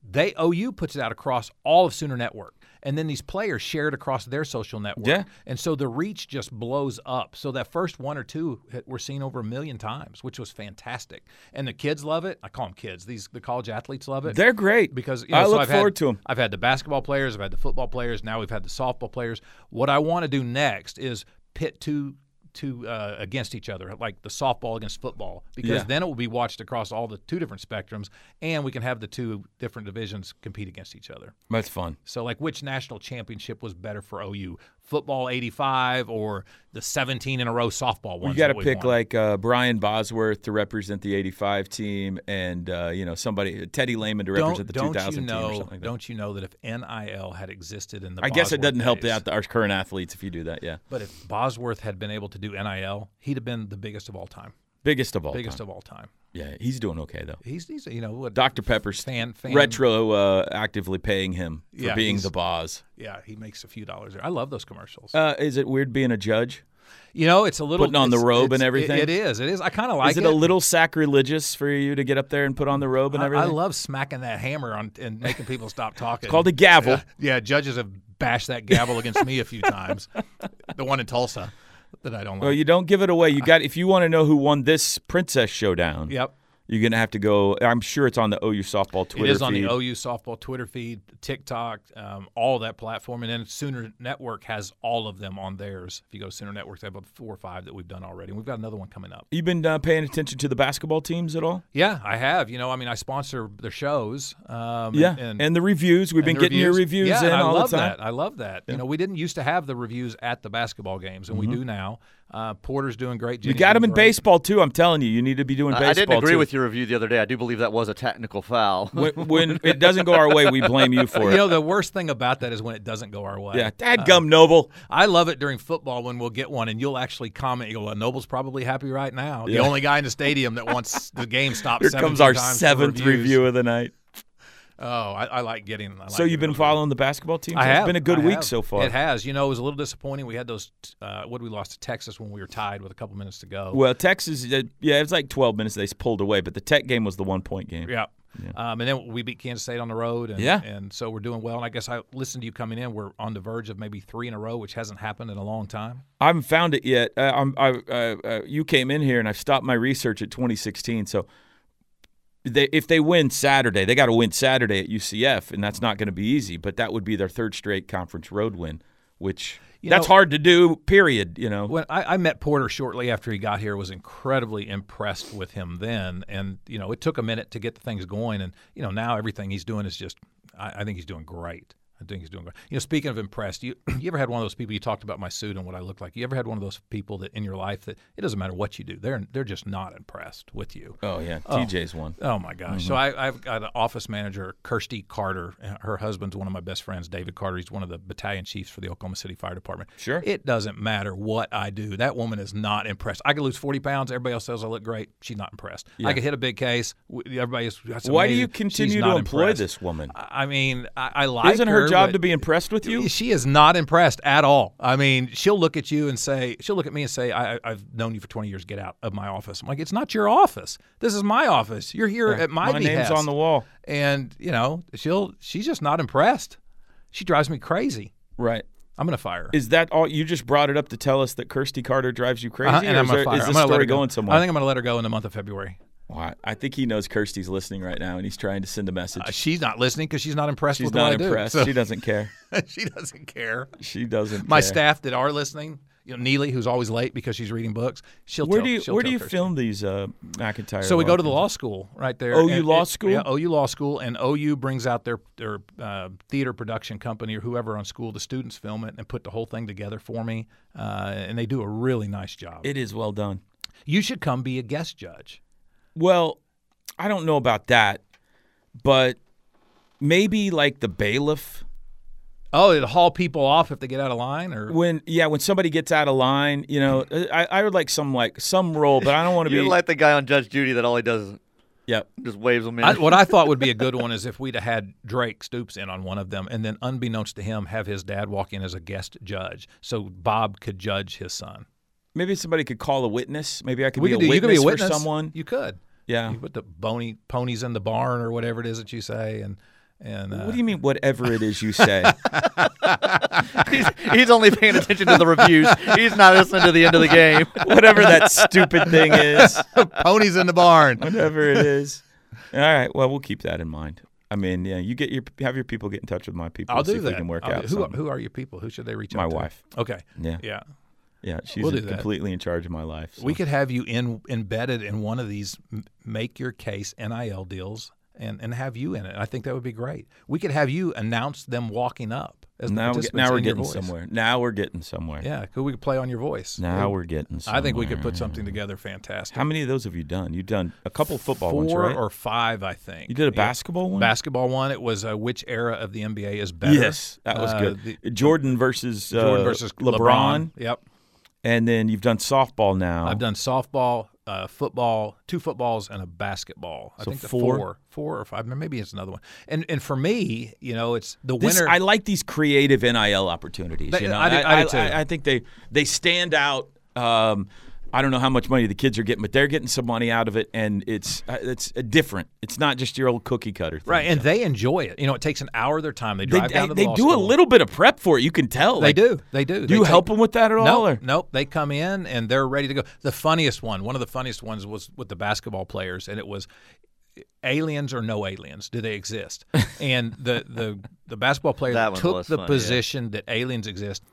E: They OU puts it out across all of Sooner Network, and then these players share it across their social network.
D: Yeah.
E: and so the reach just blows up. So that first one or two ha- were seen over a million times, which was fantastic, and the kids love it. I call them kids; these the college athletes love it.
D: They're great.
E: because you know,
D: I
E: so
D: look
E: I've
D: forward
E: had,
D: to 'em.
E: I've had the basketball players, I've had the football players, now we've had the softball players. What I want to do next is pit two
B: two uh, against each other, like the softball against football, because
D: Yeah.
B: then it will be watched across all the two different spectrums, and we can have the two different divisions compete against each other.
D: That's fun.
B: So, like, which national championship was better for OU? Football '85 or the 17 in a row softball one?
D: You got to pick like uh, Brian Bosworth to represent the '85 team, and uh, you know somebody Teddy Lehman to represent the 2000
B: you know,
D: team or something like that.
B: Don't you know that if NIL had existed in the
D: I guess it
B: Bosworth
D: doesn't help
B: days-
D: out the, our current athletes if you do that. Yeah,
B: But if Bosworth had been able to do NIL, he'd have been the biggest of all time.
D: biggest of all.
B: biggest
D: time.
B: of all time.
D: Yeah, he's doing okay though.
B: He's, he's you know what
D: Dr. Pepper's
B: fan fan
D: retro uh, actively paying him for
B: Yeah,
D: being
B: he's-
D: the boss.
B: Yeah, he makes a few dollars there. I love those commercials.
D: Uh, is it weird being a judge?
B: you know, it's a little
D: putting on the
B: it's-
D: robe
B: it's-
D: and
B: it-
D: everything?
B: it is. It is. I kind of like
D: is it, a little sacrilegious for you to get up there and put on the robe and
B: I, I
D: everything?
B: love smacking that hammer on and making people stop talking.
D: Called a gavel.
B: Yeah, yeah, judges have bashed that gavel against me a few times. The one in Tulsa that I don't like.
D: Well, Oh, you don't give it away. You got if you want to know who won this princess showdown.
B: yep.
D: You're gonna have to go. I'm sure it's on the OU softball Twitter.
B: It is on
D: feed.
B: the OU softball Twitter feed, TikTok, um, all that platform, and then Sooner Network has all of them on theirs. If you go to Sooner Network, they have about four or five that we've done already. And we've got another one coming up.
D: You been uh, paying attention to the basketball teams at all?
B: Yeah, I have. You know, I mean, I sponsor their shows. Um,
D: yeah,
B: and,
D: and, the reviews. We've been
B: the
D: getting your reviews
B: yeah,
D: in
B: and I
D: all
B: love
D: the time.
B: That. I love that. You know, we didn't used to have the reviews at the basketball games, and we do now. Uh, Porter's doing great.
D: Mm-hmm. We
B: Jenny's
D: got them
B: doing
D: in
B: great.
D: baseball too. I'm telling you, you need to be doing
F: I-
D: baseball.
F: I didn't agree
D: too.
F: with your review the other day. I do believe that was a technical foul.
D: When, when it doesn't go our way, we blame you for
B: You
D: it.
B: know, the worst thing about that is when it doesn't go our way.
D: Yeah, dadgum noble.
B: I love it during football when we'll get one and you'll actually comment. You go, well, Noble's probably happy right now. The
D: Yeah.
B: only guy in the stadium that wants the game stopped.
D: Here comes
B: 17
D: our
B: times for
D: seventh
B: reviews.
D: review of the night.
B: Oh, I, I like getting. I like
D: So
B: getting
D: you've been
B: those.
D: following the basketball team?
B: I have.
D: It's been a good
B: I
D: week
B: have.
D: so far.
B: It has. You know, it was a little disappointing. We had those. t- Uh, what we lost to Texas when we were tied with a couple minutes to go.
D: Well, Texas, uh, yeah, it was like 12 minutes. They pulled away, but the Tech game was the one point game.
B: Yeah. Um, and then we beat Kansas State on the road, and,
D: Yeah.
B: and so we're doing well. And I guess I listened to you coming in. We're on the verge of maybe three in a row, which hasn't happened in a long time.
D: I haven't found it yet. Uh, I'm, I, uh, uh, you came in here and I've stopped my research at 2016. So they, if they win Saturday, they got to win Saturday at UCF, and that's not going to be easy. But that would be their third straight conference road win, which
B: You
D: that's
B: know-
D: hard to do. Period. You know,
B: When I, I met Porter shortly after he got here, was incredibly impressed with him then, and you know it took a minute to get the things going, and you know now everything he's doing is just, I, I think he's doing great. I think he's doing great. You know, speaking of impressed, you you ever had one of those people? You talked about my suit and what I look like. You ever had one of those people that in your life that it doesn't matter what you do, they're they're just not impressed with you.
D: oh yeah, TJ's one.
B: Oh my gosh! So I, I've got an office manager, Kirsty Carter. Her husband's one of my best friends, David Carter. He's one of the battalion chiefs for the Oklahoma City Fire Department.
D: Sure.
B: It doesn't matter what I do. That woman is not impressed. I could lose forty pounds. Everybody else says I look great. She's not impressed. I could hit a big case. w- Everybody is. That's
D: Why do
B: amazing.
D: you
B: She's
D: continue to
B: not
D: employ
B: impressed.
D: this woman?
B: I I mean, I, I like.
D: Isn't her job
B: but-
D: to be impressed with you?
B: she is not impressed at all. I mean, she'll look at you and say, she'll look at me and say, I, I- I've known you for 20 years. Get out of my office. I'm like, it's not your office. This is my office. You're here at my,
D: My name's
B: behest."
D: on the wall.
B: And you know, she'll she's just not impressed. She drives me crazy.
D: Right.
B: I'm gonna fire her.
D: Is that all? You just brought it up to tell us that Kirsty Carter drives you crazy,
B: Uh-huh,
D: or
B: and I'm
D: is,
B: gonna
D: there-
B: fire.
D: is
B: her.
D: this
B: I'm gonna let
D: story
B: her go.
D: going somewhere?
B: I think I'm gonna let her go in the month of February.
D: Wow, I think he knows Kirsty's listening right now, and he's trying to send a message.
B: Uh, she's not listening because she's not impressed
D: She's
B: with
D: not
B: what
D: impressed.
B: I
D: She
B: do.
D: doesn't care.
B: So- she doesn't care.
D: She doesn't.
B: My
D: care.
B: staff that are listening, you know, Neely, who's always late because she's reading books. She'll
D: Where
B: tell,
D: do you
B: she'll
D: Where do
B: tell
D: you
B: Kirsty.
D: film these uh, McIntyre?
B: So we go to the
D: films?
B: law school right there.
D: OU
B: And
D: Law
B: it-
D: School?
B: Yeah, OU Law School, and OU brings out their their uh, theater production company or whoever on school. The students film it and put the whole thing together for me, uh, and they do a really nice job.
D: It is well done.
B: you should come be a guest judge.
D: Well, I don't know about that, but maybe like the bailiff
B: Oh, it'll haul people off if they get out of line, or
D: when yeah when somebody gets out of line. You know, I, I would like some like some role, but I don't want to
F: You're
D: be
F: like the guy on Judge Judy that all he does is
D: yep.
F: just waves them in.
B: I, what I thought would be a good one is if we'd have had Drake Stoops in on one of them, and then unbeknownst to him, have his dad walk in as a guest judge, so Bob could judge his son.
D: Maybe somebody could call a witness. Maybe I could, be, a
B: could do-
D: witness
B: you could be a witness
D: for someone.
B: You could.
D: Yeah.
B: You put the bony ponies in the barn or whatever it is that you say, and and uh,
D: What do you mean? Whatever it is you say.
F: he's, he's only paying attention to the reviews. He's not listening to the end of the game.
D: whatever that stupid thing is,
B: ponies in the barn.
D: whatever it is. All right. Well, we'll keep that in mind. I mean, yeah, you get your have your people get in touch with my people.
B: I'll
D: and see
B: do
D: if
B: that.
D: We can work
B: I'll
D: out.
B: do- who,
D: something.
B: who are your people? Who should they reach
D: My
B: out to?
D: wife.
B: Okay.
D: Yeah.
B: Yeah.
D: Yeah, she's
B: We'll do that.
D: completely in charge of my life. so.
B: We could have you in embedded in one of these m- make your case NIL deals and, and have you in it. I think that would be great. We could have you announce them walking up as
D: now,
B: the
D: we're, get- now we're
B: participants in your
D: getting
B: voice.
D: somewhere. Now we're getting somewhere.
B: Yeah, could we could play on your voice?
D: Now we're getting somewhere.
B: I think we could put something together fantastic.
D: How many of those have you done? You've done a couple football
B: Four
D: ones, right?
B: or five, I think.
D: you did a
B: Yeah.
D: basketball one?
B: Basketball one. It was uh, which era of the NBA is better?
D: Yes, that was
B: Uh,
D: good.
B: the-
D: Jordan versus uh, Oh.
B: Jordan versus LeBron. Yep.
D: and then you've done softball now.
B: I've done softball, uh, football, two footballs, and a basketball. I
D: So
B: think the
D: four?
B: four, four or five. Maybe it's another one. And and for me, you know, it's the
D: This,
B: winner.
D: I like these creative NIL opportunities.
B: They-
D: you know,
B: I do- I do too.
D: I, think they they stand out. Um, I don't know how much money the kids are getting, but they're getting some money out of it, and it's uh, it's uh, different. It's not just your old cookie cutter. Thing.
B: right, and they enjoy it. You know, it takes an hour of their time. They
D: They,
B: drive down to the
D: they
B: law
D: do a
B: school.
D: little bit of prep for it. You can tell.
B: They
D: like,
B: do. They do.
D: Do you help them with that at all?
B: No,
D: or-
B: nope. They come in and they're ready to go. The funniest one, one of the funniest ones was with the basketball players, and it was aliens or no aliens? Do they exist? And the the the basketball player
F: That
B: that
F: one
B: took
F: was
B: the
F: funny, yeah.
B: position that aliens exist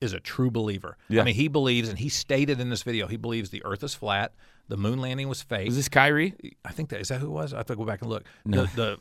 B: is a true believer.
D: Yeah.
B: I mean, he believes, and he stated in this video, he believes the Earth is flat. The moon landing was fake.
D: Is this Kyrie?
B: I think that is that who it was. I have to go back and look. The,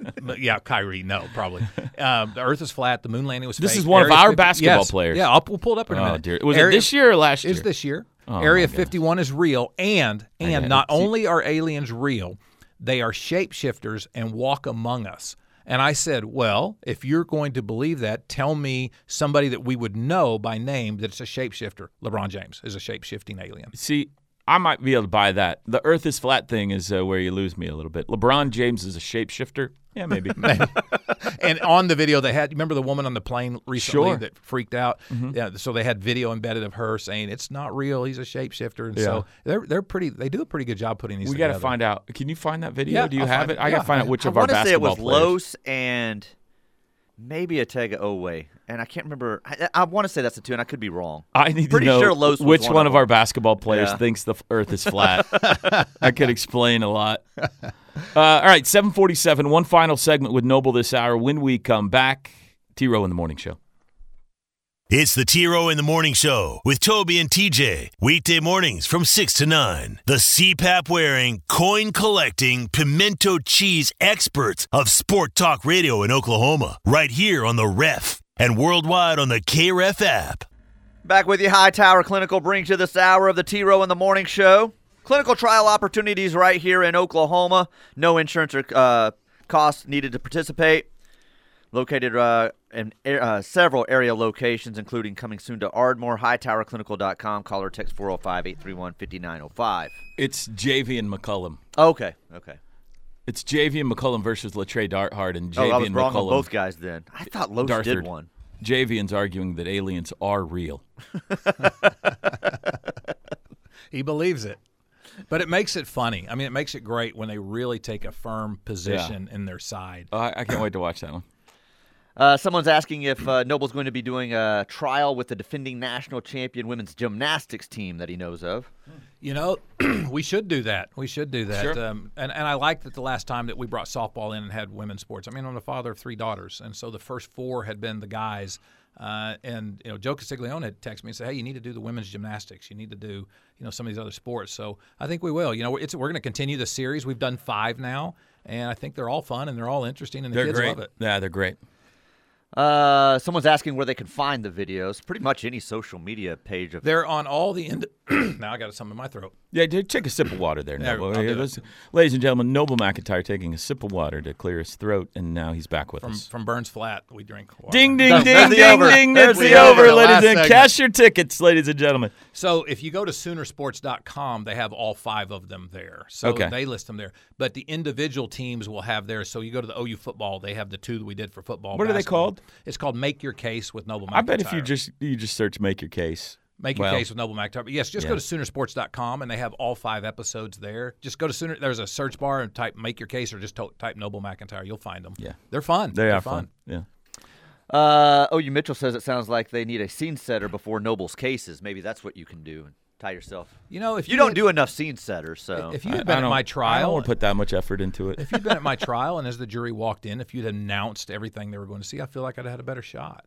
B: the but yeah, Kyrie. No, probably. Um, the Earth is flat. The moon landing was.
D: This
B: fake.
D: is one of
B: Area
D: our
B: 50
D: basketball
B: yes.
D: players.
B: Yeah, I'll, we'll pull it up in a
D: Oh,
B: minute.
D: dear. Was it this year or last
B: Is
D: year? Oh,
B: this year?
D: my
B: Area
D: goodness.
B: 51 is real, and and not only are aliens real, they are shapeshifters and walk among us. And I said, well, if you're going to believe that, tell me somebody that we would know by name that's a shapeshifter. LeBron James is a shapeshifting alien.
D: See, I might be able to buy that. The Earth is flat thing is uh, where you lose me a little bit. LeBron James is a shapeshifter. Yeah, maybe.
B: and on the video they had remember the woman on the plane recently
D: Sure. Mm-hmm.
B: that freaked out yeah so they had video embedded of her saying it's not real he's a shapeshifter and so they're they're pretty they do a pretty good job putting these
D: we got
B: together.
D: to find out. Can you find that video?
B: Yeah,
D: Do you
B: I'll
D: have
B: find
D: it?
B: it.
D: I got
B: Yeah,
D: to find out
B: I-
D: which
F: I
D: of our
F: want to say it
D: basketball
F: was
D: players.
F: Los and maybe Ortega Owe, and I can't remember. I, I want to say that's the two, and I could be wrong.
D: I need
F: Pretty
D: to know
F: sure Los was
D: which
F: one
D: one
F: of
D: of our basketball players
F: Yeah.
D: thinks the f- Earth is flat. I could explain a lot. Uh, all right, 747, one final segment with Noble this hour. When we come back, T Row in the Morning Show.
A: It's the T Row in the Morning Show with Toby and TJ. Weekday mornings from 6 to 9. The CPAP wearing, coin collecting, pimento cheese experts of Sport Talk Radio in Oklahoma. Right here on The Ref and worldwide on the KREF app.
F: Back with you, Hightower Clinical brings you this hour of the T Row in the Morning Show. Clinical trial opportunities right here in Oklahoma. No insurance or uh, costs needed to participate. Located uh, in uh, several area locations, including coming soon to Ardmore, hightowerclinical.com. Call or text 405 831 5905.
D: It's JV and McCullum.
F: Okay, okay.
D: It's JV and McCullum versus Latre Darthard and
F: Oh,
D: JV
F: I was
D: and
F: wrong
D: McCullum.
F: on both guys then. I thought Los
D: Darthard.
F: did one.
D: Javian's arguing that aliens are real.
B: he believes it but it makes it funny i mean it makes it great when they really take a firm position in their side
D: Oh, I, I can't wait to watch that one.
F: Uh, someone's asking if uh, Noble's going to be doing a trial with the defending national champion women's gymnastics team that he knows of.
B: You know, we should do that. We should do that.
D: Sure.
B: Um, and, and I like that the last time that we brought softball in and had women's sports. I mean, I'm the father of three daughters, and so the first four had been the guys. Uh, and you know, Joe Castiglione had texted me and said, "Hey, you need to do the women's gymnastics. You need to do you know some of these other sports." So I think we will. You know, it's, we're going to continue the series. We've done five now, and I think they're all fun and they're all interesting, and the kids love it.
D: Yeah, they're great.
F: Uh, someone's asking where they can find the videos. Pretty much any social media page of
B: They're on all the end. now I got something in my throat.
D: Yeah, dude, take a sip of water there,
B: Yeah,
D: Noble.
B: I'll do
D: Let's- Ladies and gentlemen, Noble McIntyre taking a sip of water to clear his throat, and now he's back with
B: From,
D: us.
B: from Burns Flat, we drink water.
D: Ding, ding, ding,
F: There's the
D: ding,
F: over.
D: ding. That's
F: There's
D: the
F: the
D: over,
F: over, the
D: ladies
B: last
D: and gentlemen.
B: segment.
D: Cash your tickets, ladies and gentlemen.
B: So if you go to Soonersports.com, they have all five of them there. So
D: Okay.
B: they list them there. But the individual teams will have theirs. So you go to the OU football, they have the two that we did for football.
D: What are they
B: basketball.
D: called?
B: It's called Make Your Case with Noble McIntyre.
D: I bet if you just you just search "Make Your Case,"
B: Make Your
D: well-
B: Case with Noble McIntyre. But yes, just go to Soonersports.com and they have all five episodes there. Just go to Sooner. There's a search bar and type Make Your Case or just to- type Noble McIntyre. You'll find them.
D: Yeah.
B: They're fun.
D: they
B: They're
D: are fun. Yeah.
F: Uh, oh, you Mitchell says it sounds like they need a scene setter before Noble's cases. Maybe that's what you can do and tie yourself.
B: You know, if
F: You don't
B: had-
F: do enough scene setters, so
B: If you had
D: I
B: been at
D: don't-
B: my
D: I don't
B: trial,
D: want to put that much effort into it.
B: if you'd been at my trial and as the jury walked in, if you'd announced everything they were going to see, I feel like I'd had a better shot.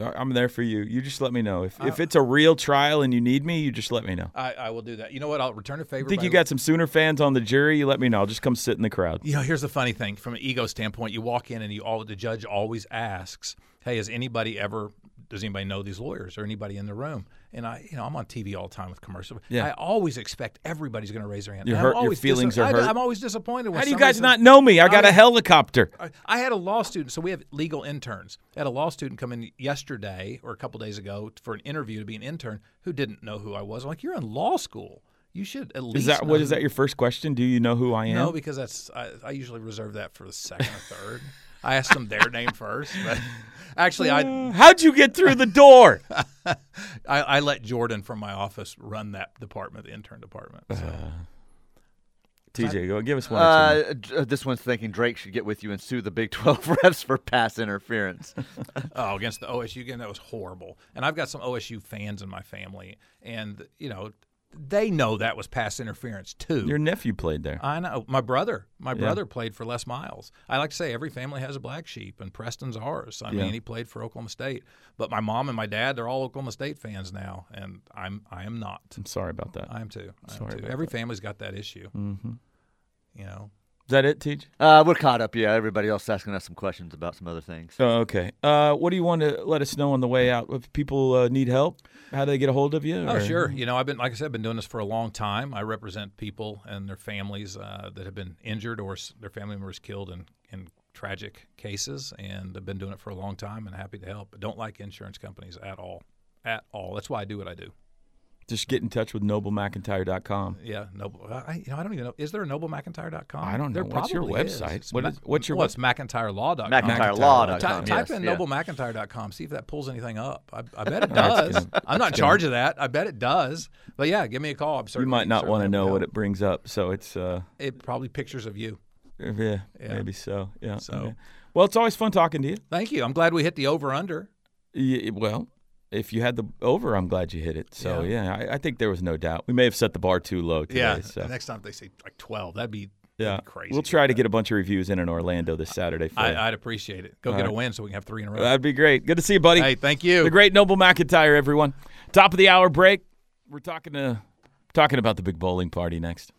D: I'm there for you. You just let me know if if
B: Uh,
D: it's a real trial and you need me. You just let me know.
B: I, I will do that. You know what? I'll return a favor.
D: I think
B: by
D: you got some Sooner fans on the jury. You let me know. I'll just come sit in the crowd.
B: You know, here's the funny thing from an ego standpoint. You walk in and you all the judge always asks, "Hey, has anybody ever? Does anybody know these lawyers or anybody in the room?" And I, you know, I'm on TV all the time with commercials.
D: Yeah.
B: I always expect everybody's going to raise their hand.
D: You're
B: I'm
D: hurt- your
B: always
D: feelings are
B: I-
D: hurt.
B: I'm always disappointed. When
D: How do you
B: somebody
D: guys
B: says-
D: not know me? I got
B: I-
D: a helicopter.
B: I- I had a law student, so we have legal interns. I had a law student come in yesterday or a couple days ago for an interview to be an intern who didn't know who I was. I'm like, you're in law school. You should at least.
D: Is that
B: know
D: what? Is
B: who-
D: that your first question? Do you know who I am?
B: No, because that's I, I usually reserve that for the second or third. I asked them their name first, but actually, I,
D: How'd you get through the door?
B: I I let Jordan from my office run that department, the intern department. So.
D: TJ, go give us one. or two.
F: Uh, d- uh, this one's thinking Drake should get with you and sue the Big 12 refs for pass interference.
B: Oh, against the OSU game, that was horrible. And I've got some OSU fans in my family, and you know, they know that was pass interference too.
D: Your nephew played there.
B: I know. My brother, my brother played for Les Miles. I like to say every family has a black sheep, and Preston's ours. I mean, he played for Oklahoma State. But my mom and my dad, they're all Oklahoma State fans now, and I'm I am not.
D: I'm sorry about that. Is
B: I am too. I am too. Every family's got that issue. Mm-hmm. You know.
D: that it, TJ?
F: Uh, we're caught up, yeah. Everybody else asking us some questions about some other things.
D: Oh, okay. Uh, what do you want to let us know on the way out? If people uh, need help, how do they get a hold of you?
B: Oh,
D: or-
B: sure. You know, I've been, like I said, been doing this for a long time. I represent people and their families uh, that have been injured or s- their family members killed in, in tragic cases, and I've been doing it for a long time and happy to help. I don't like insurance companies at all, at all. That's why I do what I do.
D: Just get in touch with noblemcintyre.com.
B: Yeah, Noble. I, you know, I don't even know. Is there a noblemcintyre.com?
D: I don't
B: There
D: know. What's your
B: probably is.
D: website?
B: It's
D: What
B: Ma-
D: is- what's your
B: well,
D: web-
B: it's McIntyreLaw.com.
F: McIntyreLaw.com.
B: Ty-
F: yes,
B: type in
F: yeah.
B: noblemcintyre.com. See if that pulls anything up. I, I bet it
D: That's
B: does.
D: good.
B: I'm not in charge of that. I bet it does. But yeah, give me a call. I'm
D: You
B: certainly,
D: might not want to know what
B: it.
D: it brings up, so it's uh,
B: It probably pictures of you.
D: yeah, maybe so. Yeah.
B: So-
D: okay. Well, it's always fun talking to you.
B: Thank you. I'm glad we hit the over under.
D: Yeah, well, if you had the over, I'm glad you hit it. So yeah, I, I think there was no doubt. We may have set the bar too low today. So.
B: Next time they say like 12, that'd be,
D: Yeah,
B: that'd be crazy.
D: We'll try to get a bunch of reviews in in Orlando this Saturday. For you.
B: I, I'd appreciate it. Go get a win so we can have three in a row.
D: That'd be great. Good to see you, buddy.
B: hey, thank you.
D: The great Noble McIntyre, everyone. Top of the hour break. We're talking to talking about the big bowling party next.